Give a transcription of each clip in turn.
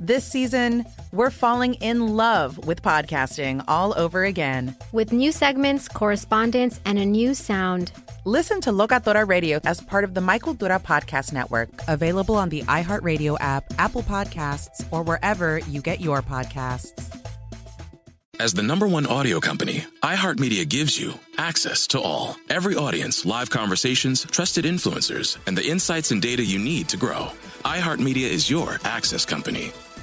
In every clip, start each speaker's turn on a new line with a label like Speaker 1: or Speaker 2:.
Speaker 1: This season, we're falling in love with podcasting all over again.
Speaker 2: with new segments, correspondence, and a new sound.
Speaker 1: Listen to Locatora Radio as part of the My Cultura Podcast Network, available on the iHeartRadio app, Apple Podcasts, or wherever you get your podcasts.
Speaker 3: As the number one audio company, iHeartMedia gives you access to all. Every audience, live conversations, trusted influencers, and the insights and data you need to grow. iHeartMedia is your access company.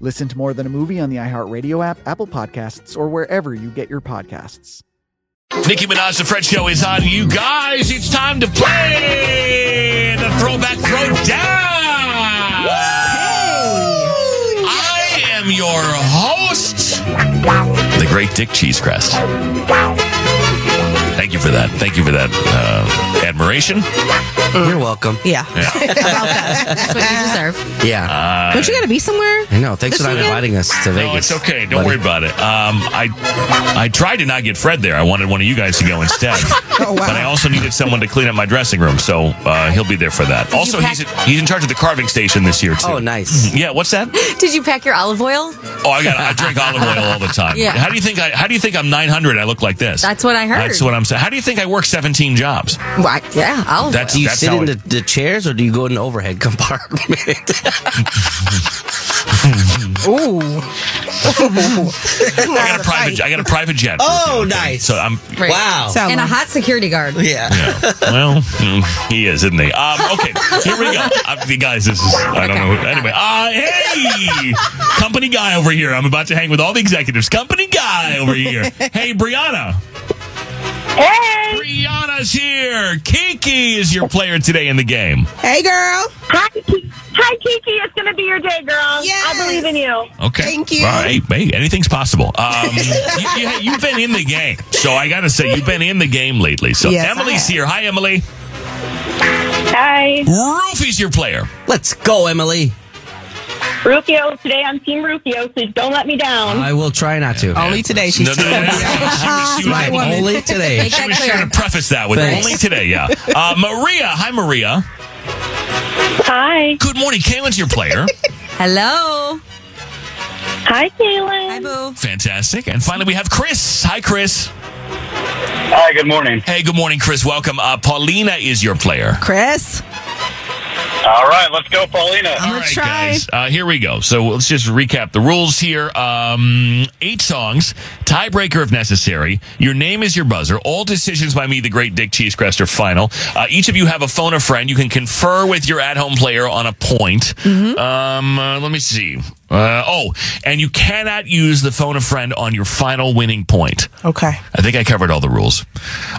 Speaker 4: Listen to More Than a Movie on the iHeartRadio app, Apple Podcasts, or wherever you get your podcasts.
Speaker 5: Nicki Minaj, the French show is on. You guys, it's time to play the throwback throwdown. I am your host, the great Dick Cheesecrest. Thank you for that. Thank you for that uh, admiration.
Speaker 6: You're welcome.
Speaker 7: Yeah. About that. That's what you deserve.
Speaker 6: Yeah.
Speaker 5: Uh,
Speaker 7: Don't you got to be somewhere?
Speaker 6: I know.
Speaker 7: This
Speaker 6: Thanks for not
Speaker 7: weekend?
Speaker 6: inviting us to
Speaker 5: no,
Speaker 6: Vegas.
Speaker 5: it's okay. Don't
Speaker 6: buddy.
Speaker 5: worry about it. Um, I I tried to not get Fred there. I wanted one of you guys to go instead.
Speaker 7: Oh, wow.
Speaker 5: But I also needed someone to clean up my dressing room, so uh, he'll be there for that. Also, he's in, he's in charge of the carving station this year too.
Speaker 6: Oh, nice.
Speaker 5: Yeah, what's that?
Speaker 7: Did you pack your olive oil?
Speaker 5: Oh, I got I drink olive oil all the time.
Speaker 7: Yeah.
Speaker 5: How do you think I how do you think I'm 900 I look like this?
Speaker 7: That's what I heard.
Speaker 5: That's what I'm saying. How do you think I work 17 jobs?
Speaker 7: Why, yeah, olive
Speaker 5: That's
Speaker 6: Do you
Speaker 5: that's
Speaker 6: sit
Speaker 5: how
Speaker 6: in
Speaker 5: I-
Speaker 6: the, the chairs or do you go in the overhead compartment?
Speaker 7: oil. Ooh.
Speaker 5: I got a private I got a private jet.
Speaker 6: Oh, nice.
Speaker 5: So I'm
Speaker 6: Wow.
Speaker 7: and a hot security guard.
Speaker 6: yeah.
Speaker 5: well, mm, he is, isn't he? Um, okay, here we go. Uh, the guys, this is, I don't know. who- Anyway, uh, hey, company guy over here. I'm about to hang with all the executives. Company guy over here. Hey, Brianna. Hey. Brianna's here. Kiki is your player today in the game.
Speaker 7: Hey, girl.
Speaker 8: Hi, Ki- Hi, Kiki. It's going to be your day, girl.
Speaker 7: Yes.
Speaker 8: I believe in you.
Speaker 5: Okay.
Speaker 7: Thank you.
Speaker 5: All right. Hey, anything's possible. Um, you, you, you've been in the game. So I got to say, you've been in the game lately. So
Speaker 7: Yes, I
Speaker 5: Emily's
Speaker 7: have.
Speaker 5: here. Hi, Emily.
Speaker 8: Hi.
Speaker 5: Rufy's your player.
Speaker 6: Let's go, Emily.
Speaker 8: Rufio. Today I'm Team Rufio, so don't let me down.
Speaker 6: I will try not to.
Speaker 7: Only today. She's
Speaker 5: No, no, no, no, no. She was- she was
Speaker 6: Right,
Speaker 5: able to-
Speaker 6: only today.
Speaker 5: She was sure to preface that with
Speaker 6: Thanks.
Speaker 5: only today, yeah. Uh, Maria, hi Maria.
Speaker 8: Hi.
Speaker 5: Good morning, Kaylin's your player.
Speaker 7: Hello.
Speaker 8: Hi, Kaylin.
Speaker 7: Boo.
Speaker 5: Fantastic. And finally, we have Chris. Hi, Chris.
Speaker 9: Hi, good morning.
Speaker 5: Hey, good morning, Chris. Welcome. Uh, Paulina is your player.
Speaker 7: Chris.
Speaker 9: All right, let's go, Paulina.
Speaker 5: All right, guys. Uh, here we go. So let's just recap the rules here. Um, eight songs, tiebreaker if necessary. Your name is your buzzer. All decisions by me, the great Dick Cheesecrest, are final. Uh, each of you have a phone a friend. You can confer with your at-home player on a point. Um, uh, let me see. Uh, oh, and you cannot use the phone a friend on your final winning point.
Speaker 7: Okay.
Speaker 5: I think I covered all the rules.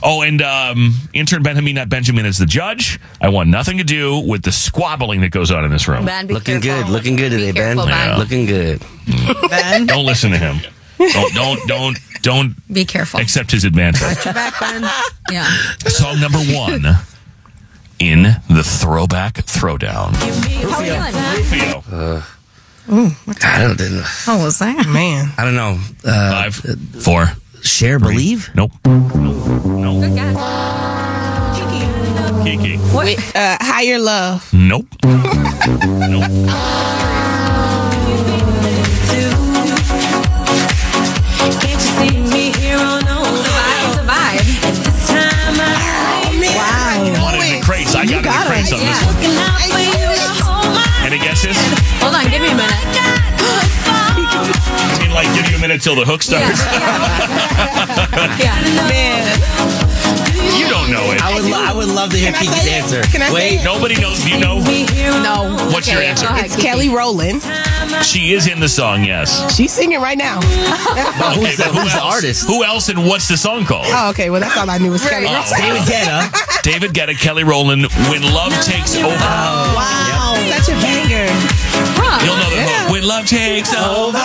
Speaker 5: Oh, and um, intern Benjamin, not Benjamin, is the judge. I want nothing to do with the squabbling that goes on in this room.
Speaker 7: Ben, be
Speaker 6: Looking
Speaker 7: careful.
Speaker 6: good. Looking good today,
Speaker 7: Be
Speaker 6: Ben.
Speaker 7: careful, Ben.
Speaker 6: Looking good.
Speaker 7: Ben,
Speaker 5: Don't listen to him. Don't don't don't don't
Speaker 7: be careful.
Speaker 5: accept his advantage.
Speaker 7: Your back, Ben. Yeah.
Speaker 5: Song number one in the throwback throwdown.
Speaker 7: How are you doing?
Speaker 5: Rufio.
Speaker 6: I don't, didn't-
Speaker 7: How was that? Man.
Speaker 6: I don't know. Uh,
Speaker 5: Five, four.
Speaker 6: share, believe?
Speaker 5: Nope. Nope. Nope. Kiki.
Speaker 7: Uh, higher love.
Speaker 5: Nope. nope.
Speaker 1: Oh,
Speaker 5: minutes till the hook starts. You don't know it.
Speaker 6: I would, lo- I would love to hear
Speaker 9: Can I
Speaker 6: Kiki's
Speaker 9: say it?
Speaker 6: answer.
Speaker 9: Can I say
Speaker 6: Wait,
Speaker 9: it?
Speaker 5: Nobody knows. Do you know?
Speaker 9: No.
Speaker 5: What's your answer?
Speaker 9: It's Kelly Rowland.
Speaker 5: She is in the song, yes.
Speaker 9: She's singing right now.
Speaker 5: But
Speaker 6: who's the- who's the artist?
Speaker 5: Who else and what's the song called?
Speaker 9: oh, okay. Well, that's all I knew was Kelly
Speaker 5: Oh,
Speaker 9: Rowland.
Speaker 5: wow. David Guetta, Kelly Rowland, When Love Takes Over.
Speaker 6: Oh,
Speaker 9: Wow. Such a banger.
Speaker 5: You'll know the hook. When Love Takes Over.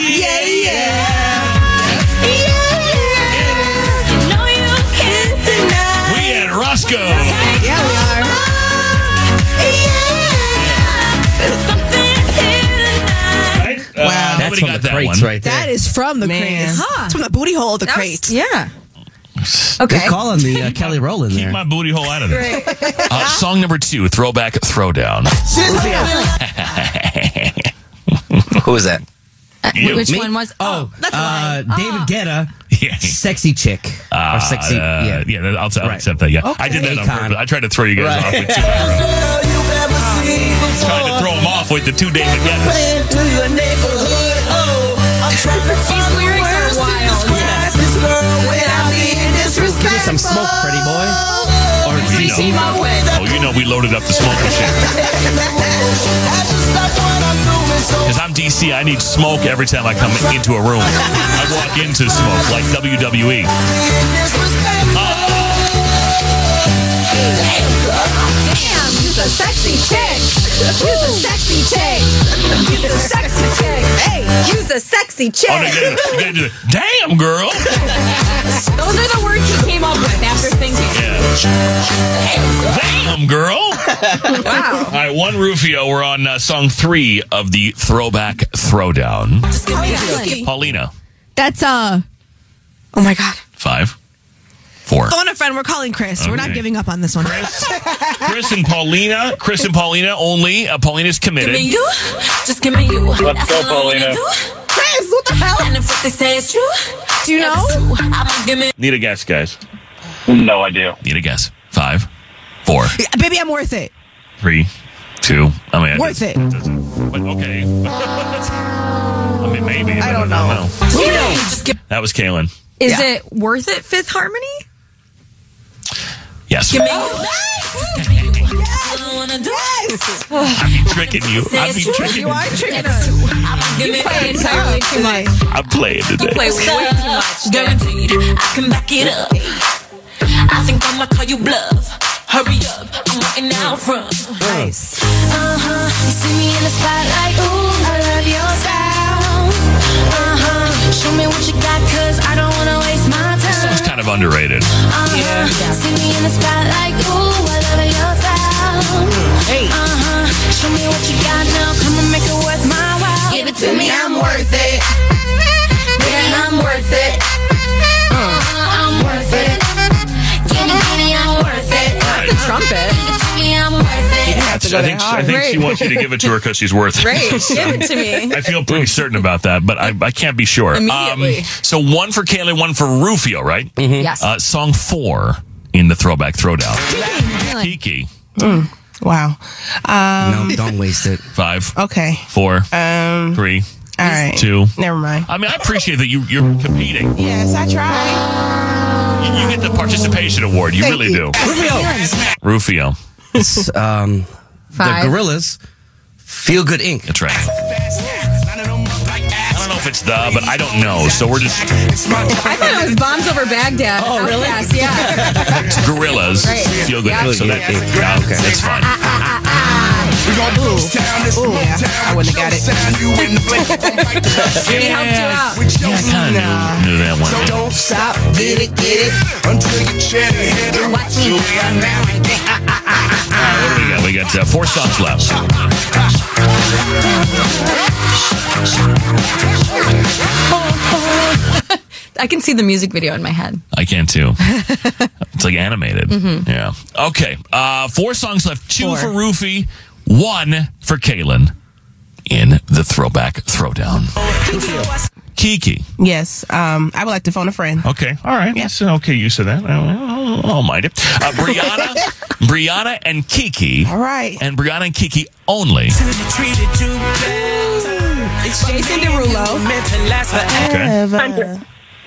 Speaker 9: Yeah, yeah.
Speaker 5: We at Roscoe.
Speaker 9: Yeah, we are.
Speaker 5: Right? Wow. Uh,
Speaker 6: That's
Speaker 5: nobody
Speaker 6: from
Speaker 5: got
Speaker 6: the
Speaker 5: that
Speaker 6: crates
Speaker 5: one.
Speaker 6: right there.
Speaker 1: That is from the
Speaker 9: Man.
Speaker 1: crates.
Speaker 9: Huh.
Speaker 1: It's from the booty hole of the
Speaker 9: That was-
Speaker 1: crate.
Speaker 9: yeah.
Speaker 6: They're calling the uh, Kelly Rowland
Speaker 5: Keep
Speaker 6: there.
Speaker 5: my booty hole out of this. Uh, song number two, Throwback Throwdown.
Speaker 6: Who was that?
Speaker 5: You.
Speaker 10: Uh, Which
Speaker 6: Me?
Speaker 10: one was? Oh, that's Oh.
Speaker 6: Uh,
Speaker 10: mine.
Speaker 6: David Guetta,
Speaker 5: Yeah.
Speaker 6: sexy chick.
Speaker 5: Uh,
Speaker 6: or sexy.
Speaker 5: yeah,
Speaker 6: yeah.
Speaker 5: that- I'll, I'll
Speaker 6: Right.
Speaker 5: accept that. Yeah, I
Speaker 6: Okay.
Speaker 5: did that on
Speaker 6: Akon.
Speaker 5: purpose. I tried to throw you guys
Speaker 6: Right.
Speaker 5: off with two. Trying to throw them off with the two David Guetta.
Speaker 10: These lyrics are wild.
Speaker 6: Give me some smoke, pretty boy. Or
Speaker 5: We
Speaker 6: TC.
Speaker 5: know. Oh, you know we loaded up the smoke machine. Because I'm DC, I need smoke every time I come in- into a room. I walk into smoke like E. WWE.
Speaker 10: She's a sexy chick. She's a sexy chick. She's a sexy chick. Hey, she's a sexy chick.
Speaker 5: Oh, no, you gotta, you gotta do it. Damn, girl!
Speaker 10: Those are the words he came up with after thinking.
Speaker 5: Damn, girl!
Speaker 10: Wow.
Speaker 5: All right, one Rufio. We're on uh, song three of the Throwback Throwdown. Paulina,
Speaker 1: That's uh. Oh my god.
Speaker 5: five, four.
Speaker 1: Phone a friend. We're calling Chris. We're not
Speaker 5: Okay.
Speaker 1: giving up on this one.
Speaker 5: Chris and Paulina. Chris and Paulina only. Uh, Paulina's committed.
Speaker 10: you, just give me you.
Speaker 5: Let's go, Paulina.
Speaker 10: Chris, what the hell? And if what they say is true, do you know? I'm gonna
Speaker 5: Need a guess, guys. No idea. Need a guess. Five, four,
Speaker 1: Yeah, Baby, I'm worth it.
Speaker 5: three, two. I mean, I
Speaker 1: Worth it.
Speaker 5: did- but okay. I mean, maybe. I don't, know. That was Kaylin.
Speaker 10: Is it worth it, Fifth Harmony?
Speaker 5: Yes.
Speaker 10: Give me you.
Speaker 5: I'm tricking you. I've been tricking you.
Speaker 1: tricking
Speaker 10: us. You play entirely too much.
Speaker 5: I'm playing today.
Speaker 10: Play way too much. Guaranteed, I can back it up. I think I'ma call you bluff. Hurry up, I'm walking out front.
Speaker 1: Nice.
Speaker 10: Uh-huh. You see me in the spotlight, ooh, I love your sound. Uh-huh. Show me what you got, cause I don't wanna waste my time.
Speaker 5: It's kind of underrated.
Speaker 10: Uh-huh. See me in the spotlight, ooh, I love your sound. Hey. Uh-huh. Show me what you got now, come and make it worth my while. Give it to me, I'm worth it. Yeah, I'm worth it. Uh-huh, I'm worth it. Give me, give me, I'm worth it.
Speaker 5: Right.
Speaker 10: Trumpet. Give it to me, I'm worth it.
Speaker 5: I think, I think she wants you to give it to her because she's worth it.
Speaker 1: Give it to me.
Speaker 5: I feel pretty certain about that, but I, I can't be sure. Um,
Speaker 1: Immediately.
Speaker 5: so one for Kayla, one for Rufio, right? Mm-hmm.
Speaker 10: Yes.
Speaker 5: Uh, song four in the throwback throwdown. Kiki,
Speaker 9: Wow. Um,
Speaker 6: No, don't waste it.
Speaker 5: five,
Speaker 9: Okay.
Speaker 5: four,
Speaker 9: Um.
Speaker 5: three,
Speaker 9: All right.
Speaker 5: two.
Speaker 9: Never mind.
Speaker 5: I mean, I appreciate that you, you're competing. You,
Speaker 9: Yes, I tried.
Speaker 5: you get the participation award. You
Speaker 9: Thank
Speaker 5: really
Speaker 9: you.
Speaker 5: do. Rufio.
Speaker 6: It's um, the
Speaker 10: Five.
Speaker 6: Gorillas. Feel Good Inc.
Speaker 5: That's right. I don't know if it's the, but I don't know. So we're just
Speaker 10: I thought it was bombs over Baghdad. Oh, really? yeah.
Speaker 5: gorillas.
Speaker 10: Right.
Speaker 5: Feel good.
Speaker 6: Feel
Speaker 5: So
Speaker 6: good.
Speaker 5: that, no, that's fine.
Speaker 6: Ah,
Speaker 9: Ooh, yeah. I wouldn't have got it.
Speaker 6: ah,
Speaker 10: He helped you out.
Speaker 5: Yeah, I kind of knew, knew that one. yeah.
Speaker 9: Stop. Get it. Get it. Until you shed your head and watch you now.
Speaker 5: What do we got? We got uh, four songs left.
Speaker 10: I can see the music video in my head.
Speaker 5: I can too. it's like animated.
Speaker 1: Mm-hmm.
Speaker 5: Yeah. Okay. Uh, four songs left. Two for Rufy, one for Kalen in the throwback throwdown. Kiki.
Speaker 9: Yes. Um. I would like to phone a friend.
Speaker 5: Okay. All right. That's an okay use of that. I- I'll, I'll mind it. Uh, Brianna, Brianna and Kiki.
Speaker 9: All right.
Speaker 5: And Brianna and Kiki only.
Speaker 1: It's Jason Derulo. Meant to last
Speaker 5: forever.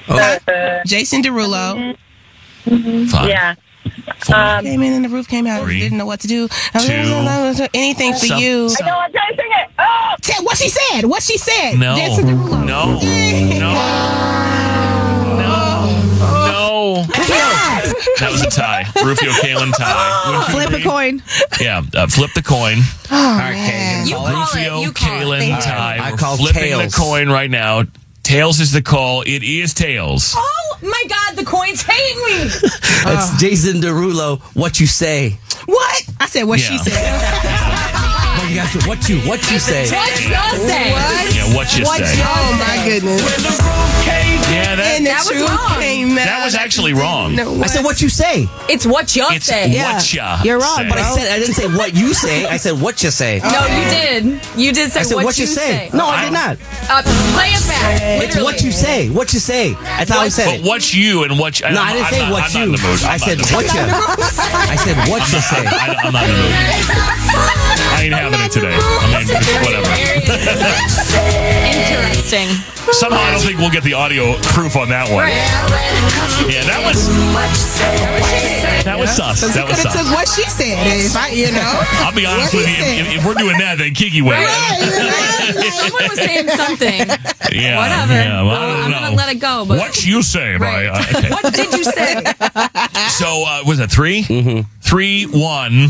Speaker 1: Hunter. Jason Derulo.
Speaker 5: Five,
Speaker 1: Yeah. Um, came in and the roof came out.
Speaker 5: three,
Speaker 1: didn't know what to do.
Speaker 5: two,
Speaker 1: anything for
Speaker 5: some-
Speaker 1: you.
Speaker 5: some- I
Speaker 1: know. I'm trying to sing it. Oh, what she said. What she said.
Speaker 5: No.
Speaker 1: Jason Derulo.
Speaker 5: No. No. No. That was a tie. Rufio Kalen tie.
Speaker 11: Flip a coin.
Speaker 5: Yeah, uh, flip the coin.
Speaker 11: Oh, man.
Speaker 5: You Rufio Kalen
Speaker 11: Thank you.
Speaker 5: tie.
Speaker 6: I
Speaker 5: We're
Speaker 6: call
Speaker 5: flipping
Speaker 6: tails.
Speaker 5: the coin right now. Tails is the call. It is tails.
Speaker 1: Oh my God, the coin's hating me.
Speaker 6: It's Jason Derulo. What you say?
Speaker 1: Oh. What? I said what she
Speaker 6: Yeah.
Speaker 1: said.
Speaker 6: Oh, you guys, said, what you what you say?
Speaker 1: What you say? What?
Speaker 5: Yeah, what you say?
Speaker 1: Oh my goodness.
Speaker 5: Yeah, that-
Speaker 1: And the
Speaker 5: That was
Speaker 1: truth
Speaker 5: wrong.
Speaker 1: came out.
Speaker 5: That was actually wrong.
Speaker 1: No, what?
Speaker 6: I said what you say.
Speaker 10: It's what y'all
Speaker 6: It's
Speaker 10: say.
Speaker 6: what ya You're wrong, say. but I said- I didn't say what you say. I said what you say.
Speaker 10: No, you did. You did say
Speaker 6: I said
Speaker 10: what,
Speaker 6: what you say. No, I did not.
Speaker 10: Uh, play it back.
Speaker 6: It's what you say. What you say. I thought I said
Speaker 5: But
Speaker 6: it.
Speaker 5: what's you and what?
Speaker 6: No, I didn't say what
Speaker 5: I'm
Speaker 6: you.
Speaker 5: Not in the mood.
Speaker 6: I
Speaker 5: I'm
Speaker 6: said
Speaker 5: not in the
Speaker 6: what
Speaker 5: mood.
Speaker 6: ya. I said what you say.
Speaker 5: I, I'm not in the mood. I ain't having it today. I mean, whatever.
Speaker 10: Interesting.
Speaker 5: Somehow I don't think we'll get the audio proof on that one. Yeah, that was that was sus.
Speaker 1: Because
Speaker 5: That
Speaker 1: you
Speaker 5: was
Speaker 1: could have
Speaker 5: sus.
Speaker 1: took what she said. If I, you know.
Speaker 5: I'll be honest
Speaker 1: What he
Speaker 5: with you. If,
Speaker 1: said.
Speaker 5: if- if we're doing that, then Kiki went.
Speaker 10: Someone was saying something.
Speaker 5: Yeah,
Speaker 10: Whatever.
Speaker 5: Yeah, well, I
Speaker 10: Uh,
Speaker 5: don't
Speaker 10: I'm
Speaker 5: know.
Speaker 10: gonna let it go, but-
Speaker 5: what you say, right? okay.
Speaker 10: What did you say?
Speaker 5: So uh, was it 3 Three, one.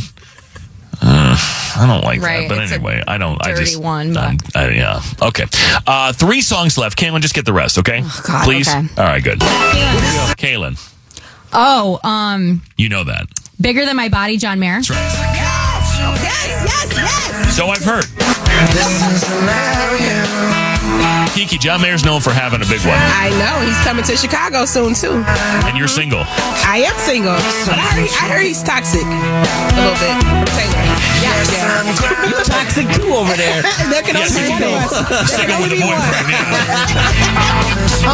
Speaker 5: Uh, I don't like
Speaker 10: Right,
Speaker 5: that, but
Speaker 10: it's a
Speaker 5: anyway, I don't. I
Speaker 10: dirty
Speaker 5: just
Speaker 10: one,
Speaker 5: I'm- I- yeah. Okay. Uh, three songs left. Kaylin, just get the rest, okay?
Speaker 10: Oh, God,
Speaker 5: Please.
Speaker 10: okay.
Speaker 5: All right. Good. Kaylin,
Speaker 10: Oh, um,
Speaker 5: you know that.
Speaker 10: bigger than my body, John Mayer. That's
Speaker 5: right.
Speaker 1: Yes, yes,
Speaker 5: So I've heard. Kiki, John Mayer's known for having a big one,
Speaker 1: I know. He's coming to Chicago soon, too.
Speaker 5: and you're single.
Speaker 1: I am single. But I heard, I heard he's toxic. A little bit. from Taylor. Yeah, yeah.
Speaker 6: You toxic too over there.
Speaker 1: there can
Speaker 6: Yeah,
Speaker 1: only be one
Speaker 6: single.
Speaker 1: of us. There can
Speaker 6: Single
Speaker 1: only be
Speaker 6: with a
Speaker 1: one.
Speaker 6: boyfriend,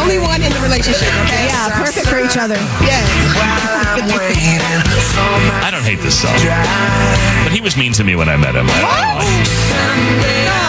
Speaker 1: Only one in the relationship, okay? Yeah, perfect for each other. Yes.
Speaker 5: I don't hate this song, but he was mean to me when I met him. I- I don't like it.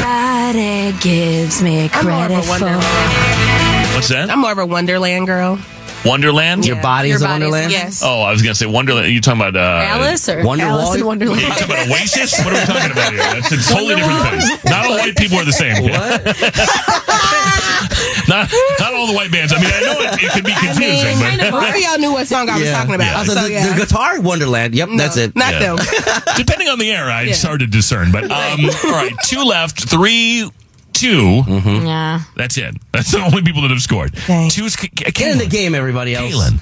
Speaker 1: Friday gives me credit
Speaker 5: What's that?
Speaker 1: I'm more of a Wonderland girl.
Speaker 5: Wonderland.
Speaker 6: Your body's
Speaker 1: Your
Speaker 6: a
Speaker 1: body's-
Speaker 6: Wonderland.
Speaker 1: yes.
Speaker 5: Oh, I was gonna say Wonderland. You talking about uh,
Speaker 10: Alice or
Speaker 6: Wonderwall?
Speaker 10: Alice in Wonderland.
Speaker 5: Yeah, you talking about Oasis? What are we talking about here? That's a totally different thing. Not all white people are the same. not, not all the white bands. I mean, I know it, it could be confusing,
Speaker 1: Both of y'all knew what song I was talking about.
Speaker 6: I was
Speaker 1: so,
Speaker 6: like, the,
Speaker 1: yeah.
Speaker 6: the guitar Wonderland. Yep, that's it.
Speaker 1: Not them.
Speaker 5: Yeah. but depending on the era, I
Speaker 1: Yeah.
Speaker 5: it's hard to discern. But um, all right, two left, three, 2
Speaker 6: Mm-hmm.
Speaker 10: Yeah.
Speaker 5: That's it. That's the only people that have scored. Two's K- K-
Speaker 6: Get in the
Speaker 5: Kalen.
Speaker 6: game, everybody else.
Speaker 5: Kalen,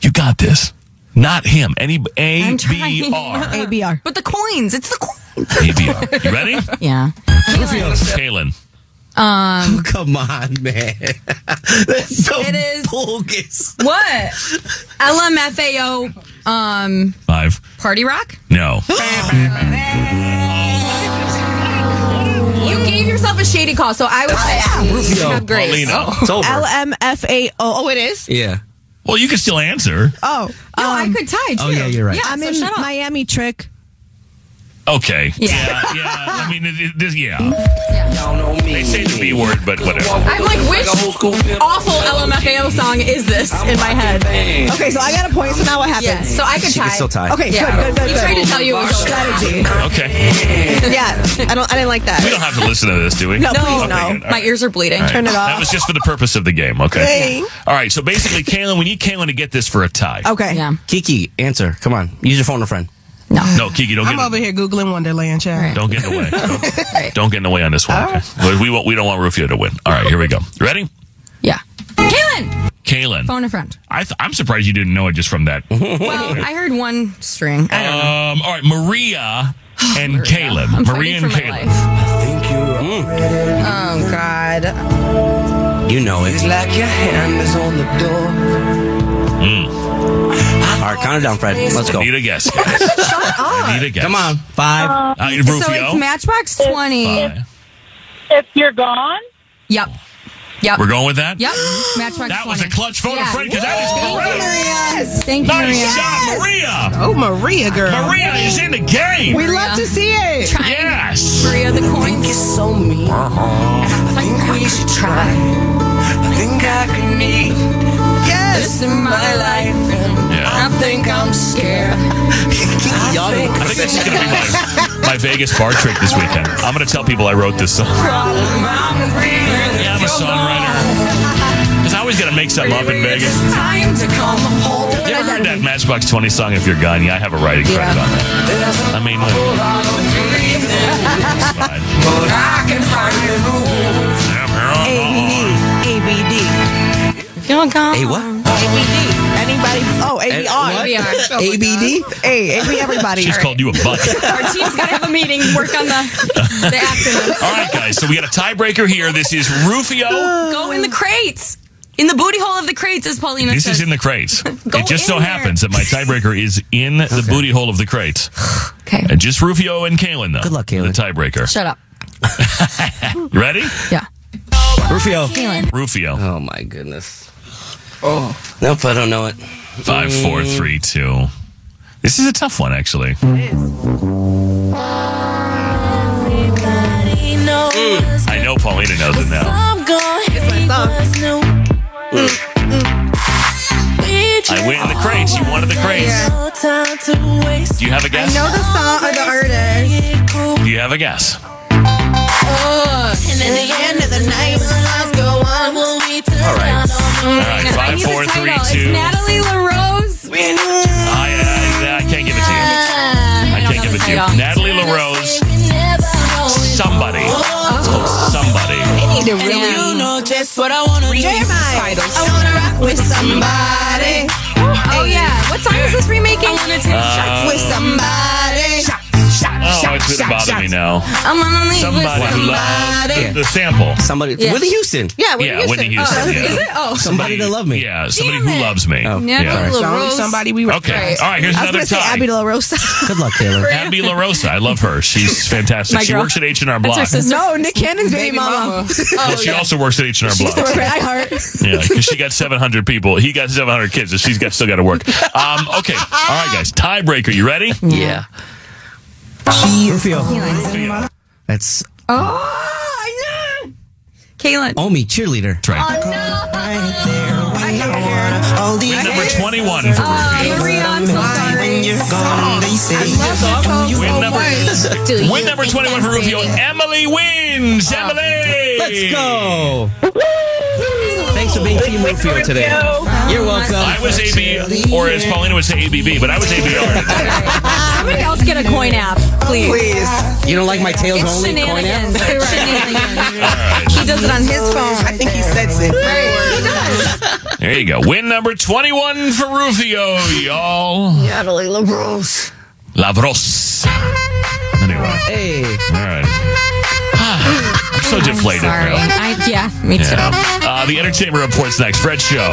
Speaker 5: you got this. Not him. Any A B R
Speaker 10: ABR. But the coins. It's the coins.
Speaker 5: A B R. You ready?
Speaker 10: Yeah.
Speaker 5: Kalen.
Speaker 10: Um,
Speaker 6: Come on, man. That's so
Speaker 10: It is-
Speaker 6: bogus.
Speaker 10: what? LMFAO. Um,
Speaker 5: Five.
Speaker 10: party rock.
Speaker 5: No.
Speaker 10: You gave yourself a shady call, so I would
Speaker 11: Ah,
Speaker 10: say you should have grace. Oh.
Speaker 5: Paulina.
Speaker 6: It's over.
Speaker 11: LMFAO. Oh, it is?
Speaker 6: yeah.
Speaker 5: Well, you can still answer.
Speaker 11: Oh.
Speaker 10: No, I could tie too.
Speaker 6: Oh, yeah, you're right.
Speaker 10: Yeah,
Speaker 11: I'm
Speaker 10: so
Speaker 11: in
Speaker 10: shut up.
Speaker 11: Miami trick.
Speaker 5: Okay.
Speaker 10: Yeah.
Speaker 5: Yeah. yeah. I mean, it, it, this, yeah. They say the B word, but whatever.
Speaker 10: I'm like, which awful LMFAO song is this in my head?
Speaker 11: Okay, so I got a point, so now what happens?
Speaker 10: Yeah, so I could
Speaker 6: She
Speaker 10: tie.
Speaker 6: can still tie.
Speaker 11: Okay,
Speaker 10: Yeah.
Speaker 11: good, good,
Speaker 10: He
Speaker 11: good,
Speaker 10: tried
Speaker 11: good.
Speaker 10: to tell you it was over.
Speaker 11: strategy.
Speaker 5: Okay.
Speaker 11: yeah, I don't. I didn't like that.
Speaker 5: We don't have to listen to this, do we?
Speaker 11: No,
Speaker 10: No,
Speaker 11: please
Speaker 5: Okay,
Speaker 11: no.
Speaker 5: good. All
Speaker 10: My
Speaker 5: right.
Speaker 10: ears are bleeding.
Speaker 5: All right.
Speaker 11: Turn it off.
Speaker 5: That was just for the purpose of the game. Okay. All right. So basically, Kaylin, we need Kaylin to get this for a tie.
Speaker 11: Okay.
Speaker 10: Yeah.
Speaker 6: Kiki, answer. Come on. Use your phone a friend.
Speaker 5: No, Kiki, don't
Speaker 1: I'm
Speaker 5: get
Speaker 1: over here Googling Wonderland, child.
Speaker 5: don't get in the way. Don't, don't get in the way on this one. Okay. But We, won't- we don't want Rufio to win. All right. Here we go. You Ready?
Speaker 10: Yeah. Kaylin,
Speaker 5: Kaylin.
Speaker 10: phone a friend.
Speaker 5: I th- I'm surprised you didn't know it just from that. um,
Speaker 10: Well, I heard one string. I don't know.
Speaker 5: all right. Maria and Kaylin.
Speaker 10: I'm
Speaker 5: Maria
Speaker 10: fighting
Speaker 5: and
Speaker 10: for my
Speaker 5: Mm. Kaylin.
Speaker 10: life.
Speaker 1: Oh, God.
Speaker 6: You know it.
Speaker 12: It's like your hand is on the door.
Speaker 6: Hard right, count it down, Fred. Let's go.
Speaker 5: I need a guess, guys. I need a guess.
Speaker 6: Come on, five.
Speaker 5: Uh, Rufio.
Speaker 13: So it's Matchbox Twenty.
Speaker 5: Five.
Speaker 13: If you're gone. Yep. Yep.
Speaker 5: We're going with that?
Speaker 13: Yep. Matchbox
Speaker 5: That
Speaker 13: 20.
Speaker 5: was a clutch vote
Speaker 13: Yeah.
Speaker 5: of Fred because that is
Speaker 13: Thank you,
Speaker 5: correct.
Speaker 13: Maria. Thank you,
Speaker 5: nice
Speaker 13: Maria.
Speaker 5: shot, Maria.
Speaker 14: Oh, Maria, girl.
Speaker 5: Maria is in the game.
Speaker 14: We love to see it.
Speaker 5: Yes.
Speaker 13: Maria the coin.
Speaker 7: think it's so mean.
Speaker 5: Uh-huh.
Speaker 7: I think we should try. I think I could need this in my life. And I think I'm scared.
Speaker 5: I think, this is going to be my, my Vegas bar trick this weekend. I'm going to tell people I wrote this song. Yeah, I'm a songwriter. Because I always got to make something up in Vegas.
Speaker 7: Time to come home.
Speaker 5: You ever heard that Matchbox 20 song, If You're Gone? Yeah, I have a writing credit on that. I mean, look.
Speaker 7: But I can find a room.
Speaker 13: ABD. You're gone.
Speaker 6: Hey, what?
Speaker 14: ABD. Anybody? Oh, ABR.
Speaker 13: Eh, what?
Speaker 6: ABD?
Speaker 14: Hey, AB everybody.
Speaker 5: She's called you a butt.
Speaker 13: Our team's gonna have a meeting. Work on the the acronyms.
Speaker 5: All right, guys. So we got a tiebreaker here. This is Rufio.
Speaker 13: Go in the crates. In the booty hole of the crates, as Paulina
Speaker 5: This
Speaker 13: says.
Speaker 5: is in the crates. it just so happens that my tiebreaker is in the booty hole of the crates.
Speaker 13: Okay.
Speaker 5: And just Rufio and Kalen, though.
Speaker 6: Good luck,
Speaker 5: Kalen. The tiebreaker.
Speaker 13: Shut up.
Speaker 5: You ready?
Speaker 13: Yeah.
Speaker 6: Rufio.
Speaker 5: Rufio.
Speaker 6: Oh my goodness.
Speaker 14: Oh.
Speaker 6: Nope, I don't know it. Mm.
Speaker 5: Five, four, three, two. This is a tough one, actually. Mm.
Speaker 15: Everybody knows
Speaker 5: I know Paulina knows it now.
Speaker 15: I'm gonna hate what's new. We just
Speaker 5: I win the crates. You wanted the crates.
Speaker 15: No time to waste.
Speaker 5: Do you have a guess?
Speaker 15: the song or the artist.
Speaker 5: Do you have a guess?
Speaker 15: And at the end of the night, let's go on when we turn
Speaker 5: All right.
Speaker 15: down all
Speaker 5: All
Speaker 15: the
Speaker 5: right.
Speaker 15: lights.
Speaker 5: Five, four, three, two.
Speaker 13: Natalie LaRose.
Speaker 5: I, I, I can't give it to you. I
Speaker 13: don't
Speaker 5: can't
Speaker 13: know
Speaker 5: give
Speaker 13: the
Speaker 5: it to you.
Speaker 13: title.
Speaker 5: Natalie LaRose. Somebody. Somebody.
Speaker 13: need to
Speaker 7: And
Speaker 13: really-
Speaker 7: you know just what I wanna do. I wanna rock with somebody.
Speaker 13: Oh yeah. What song is this remaking? I wanna take
Speaker 5: Uh, shots with
Speaker 13: somebody.
Speaker 5: Oh, it's gonna bother me now.
Speaker 13: I'm on the leave
Speaker 5: Somebody
Speaker 13: with
Speaker 5: who loved the, the sample.
Speaker 6: Somebody.
Speaker 13: Yeah.
Speaker 6: Whitney Houston.
Speaker 13: Yeah,
Speaker 5: yeah, Whitney Houston.
Speaker 1: Uh,
Speaker 5: yeah.
Speaker 13: Is it? Oh.
Speaker 6: Somebody to love me.
Speaker 5: Yeah, somebody who loves me.
Speaker 6: Oh,
Speaker 13: Yeah,
Speaker 5: yeah.
Speaker 13: La
Speaker 14: Only
Speaker 13: Rose.
Speaker 14: somebody we
Speaker 5: Okay. All right. Here's
Speaker 14: I was
Speaker 5: another
Speaker 14: gonna say
Speaker 5: tie.
Speaker 14: Abby De La Rosa.
Speaker 6: Good luck, Kalen.
Speaker 5: Abby La Rosa. I love her. She's fantastic.
Speaker 13: My
Speaker 5: she
Speaker 13: girl.
Speaker 5: works at H and R
Speaker 13: That's her
Speaker 5: Block.
Speaker 13: sister.
Speaker 14: no, Nick Cannon's baby,
Speaker 13: Baby
Speaker 14: mama.
Speaker 13: mama.
Speaker 5: Well, she also works at H and R
Speaker 14: She's
Speaker 5: Block.
Speaker 14: the worker at iHeart.
Speaker 5: Yeah, because she got 700 people. He got 700 kids, and she's got still got to work. Um, okay. All right, guys. Tiebreaker. You ready?
Speaker 6: Yeah.
Speaker 1: Oh.
Speaker 6: Rufio. That's
Speaker 13: Oh, I know. Kaylin.
Speaker 5: Oh,
Speaker 6: Omi, cheerleader.
Speaker 5: That's right. Number 21 for
Speaker 13: Uh, Maria, I'm so sorry.
Speaker 5: Win number,
Speaker 13: Do you
Speaker 5: win number
Speaker 13: think
Speaker 5: 21 for
Speaker 13: that's
Speaker 5: Rufio.
Speaker 13: it?
Speaker 5: Emily wins. Emily.
Speaker 6: Let's go. Thanks for being Team Rufio today. You're
Speaker 5: I
Speaker 6: welcome.
Speaker 5: was AB, or as Paulina would say, ABB, but I was ABR.
Speaker 13: Somebody else get a coin app, please.
Speaker 6: You don't like my tails
Speaker 13: It's
Speaker 6: only coin app?
Speaker 13: shenanigans. It's shenanigans.
Speaker 5: All right.
Speaker 13: He does it on his phone.
Speaker 14: I think he sets it.
Speaker 13: He does.
Speaker 5: There you go. Win number 21 for Rufio, y'all.
Speaker 14: Natalie LaRose.
Speaker 5: Lavros. Anyway.
Speaker 6: Hey.
Speaker 5: All right. I'm so deflated,
Speaker 13: Sorry.
Speaker 5: really.
Speaker 13: I, yeah, me too.
Speaker 5: Yeah. Uh, the Entertainment Report's next. Fred Show.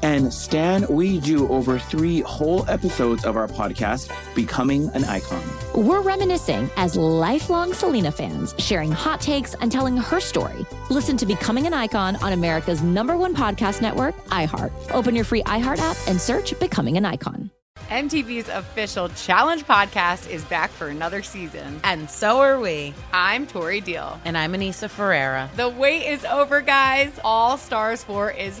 Speaker 5: And Stan, we do over three whole episodes of our podcast, Becoming an Icon.
Speaker 10: We're reminiscing as lifelong Selena fans, sharing hot takes and telling her story. Listen to Becoming an Icon on America's number one podcast network, iHeart. Open your free iHeart app and search Becoming an Icon.
Speaker 16: MTV's official Challenge podcast is back for another season.
Speaker 1: And so are we.
Speaker 16: I'm Tori Deal.
Speaker 1: And I'm Anissa Ferreira.
Speaker 16: The wait is over, guys. All Stars 4 is